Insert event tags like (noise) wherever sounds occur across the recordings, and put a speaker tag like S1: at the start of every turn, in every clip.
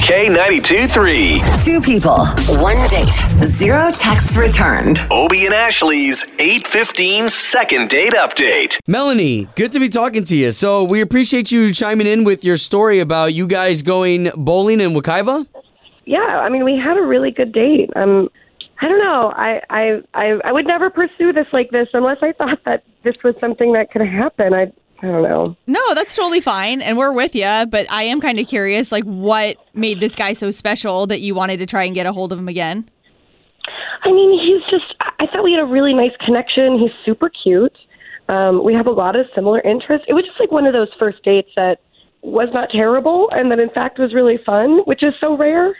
S1: K92 3.
S2: Two people, one date, zero texts returned.
S1: Obie and Ashley's 815 second date update.
S3: Melanie, good to be talking to you. So we appreciate you chiming in with your story about you guys going bowling in Wakaiva.
S4: yeah, I mean, we had a really good date. Um, I don't know. I, I, I, I would never pursue this like this unless I thought that this was something that could happen. I, I don't know.
S5: No, that's totally fine, and we're with you. But I am kind of curious, like, what made this guy so special that you wanted to try and get a hold of him again?
S4: I mean, he's just. I- I thought we had a really nice connection. He's super cute. Um, we have a lot of similar interests. It was just like one of those first dates that was not terrible, and that in fact was really fun, which is so rare.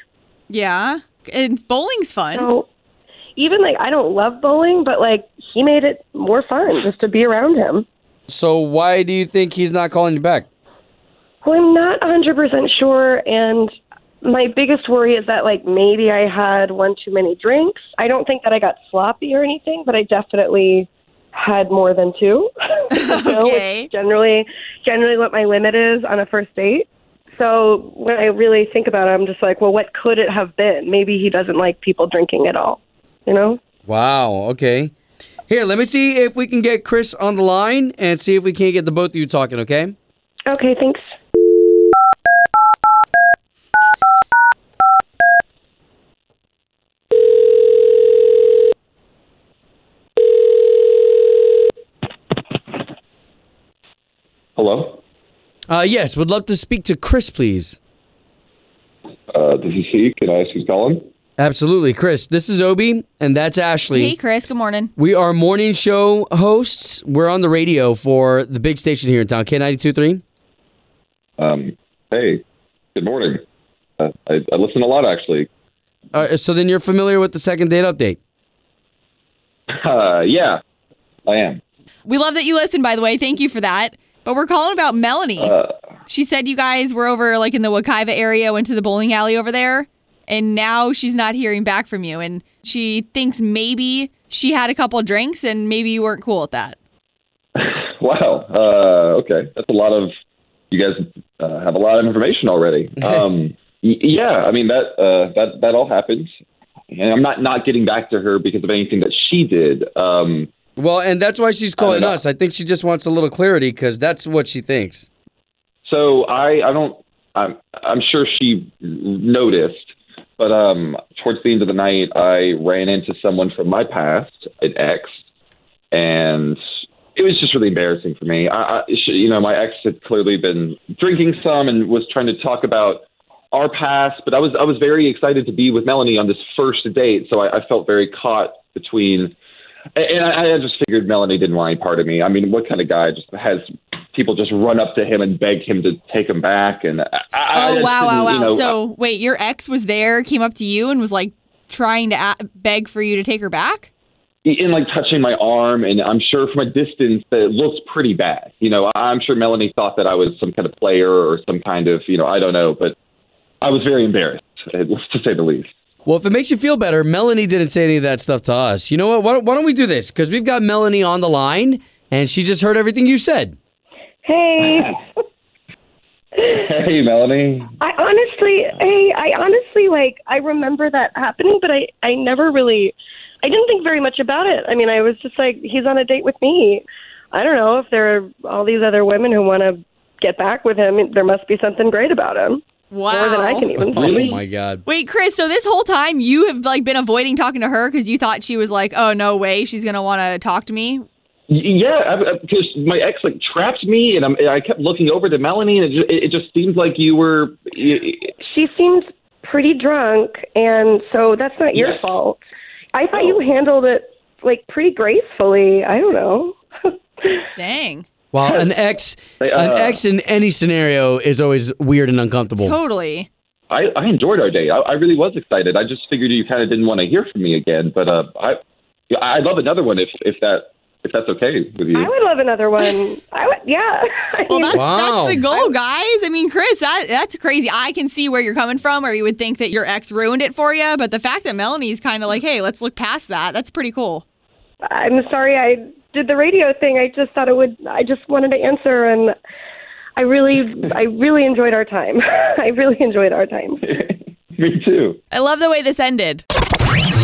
S5: Yeah, and bowling's fun.
S4: So even like I don't love bowling, but like he made it more fun just to be around him.
S3: So why do you think he's not calling you back?
S4: Well, I'm not 100% sure, and my biggest worry is that like maybe I had one too many drinks. I don't think that I got sloppy or anything, but I definitely had more than two. (laughs) You know, which
S5: Okay.
S4: generally, generally what my limit is on a first date. So when I really think about it, I'm just like, well, what could it have been? Maybe he doesn't like people drinking at all. You know?
S3: Wow, okay. Here, let me see if we can get Chris on the line and see if we can't get the both of you talking, okay?
S4: Okay, thanks.
S6: Hello,
S3: Uh yes, would love to speak to Chris, please.
S6: uh, this is he. Can I ask who's calling?
S3: Absolutely, Chris. This is Obi and that's Ashley.
S5: Hey, Chris. Good morning.
S3: We are morning show hosts. We're on the radio for the big station here in town, K92.3.
S6: Um, hey, good morning. Uh, I, I listen a lot, actually. (laughs)
S3: Uh, so then you're familiar with the second date update.
S6: Uh, yeah, I am.
S5: We love that you listened, by the way. Thank you for that. But we're calling about Melanie. she said you guys were over like in the Wakaiva area, went to the bowling alley over there, and now she's not hearing back from you. And she thinks maybe she had a couple drinks and maybe you weren't cool with that.
S6: Wow. Uh, okay, that's a lot of. You guys uh, have a lot of information already. Um, y- yeah, I mean that uh, that that all happened, and I'm not not getting back to her because of anything that she did. Um,
S3: Well, and that's why she's
S6: don't
S3: calling
S6: know.
S3: us. I think she just wants a little clarity because that's what she thinks.
S6: So I, I don't. I'm, I'm sure she noticed, but um, towards the end of the night, I ran into someone from my past, an ex, and it was just really embarrassing for me. I, I she, you know, my ex had clearly been drinking some and was trying to talk about our past, but I was I was very excited to be with Melanie on this first date, so I, I felt very caught between. And and I, I just figured Melanie didn't want any part of me. I mean, what kind of guy just has people just run up to him and beg him to take him back? And I, I
S5: oh
S6: just
S5: wow, wow,
S6: didn't,
S5: wow!
S6: You know,
S5: so wait, your ex was there, came up to you, and was like trying to a- beg for you to take her back.
S6: in like touching my arm, and I'm sure from a distance that it looked pretty bad. You know, I- I'm sure Melanie thought that I was some kind of player or some kind of you know I don't know, but I was very embarrassed, (laughs) to say the least.
S3: Well, if it makes you feel better, Melanie didn't say any of that stuff to us. You know what? Why don't, why don't we do this? Because we've got Melanie on the line and she just heard everything you said.
S4: Hey.
S6: Hey, Melanie.
S4: I honestly, hey, I honestly like I remember that happening, but I I never really, I didn't think very much about it. I mean, I was just like, he's on a date with me. I don't know if there are all these other women who want to get back with him. There must be something great about him,
S5: Wow.
S4: more than I can
S3: (laughs)
S4: even
S3: Oh,
S4: see.
S3: my God.
S5: Wait, Chris. So this whole time you have like been avoiding talking to her because you thought she was like, "Oh no way, she's gonna want to talk to me."
S6: Yeah, because my ex like trapped me, and I'm, I kept looking over to Melanie, and it just, it just seemed like you were.
S4: She seemed pretty drunk, and so that's not your
S6: Yes.
S4: fault. I thought you handled it like pretty gracefully. (laughs) I don't know.
S5: Dang.
S3: Wow, an ex,
S6: (laughs) They,
S3: an
S6: uh,
S3: ex in any scenario is always weird and uncomfortable.
S5: Totally.
S6: I, I enjoyed our date. I, I really was excited. I just figured you kind of didn't want to hear from me again, but uh, I yeah, I'd love another one if if that if that's okay with you.
S4: I would love another one. I would, yeah. (laughs) I
S5: Well,
S4: mean,
S5: that's,
S3: Wow.
S5: that's the goal, guys. I mean, Chris, that, that's crazy. I can see where you're coming from, or you would think that your ex ruined it for you. But the fact that Melanie's kind of like, hey, let's look past that, that's pretty cool.
S4: I'm sorry I did the radio thing. I just thought it would. I just wanted to answer, and I really, I really enjoyed our time. (laughs) I really enjoyed our time.
S6: (laughs) me too.
S5: I love the way this ended.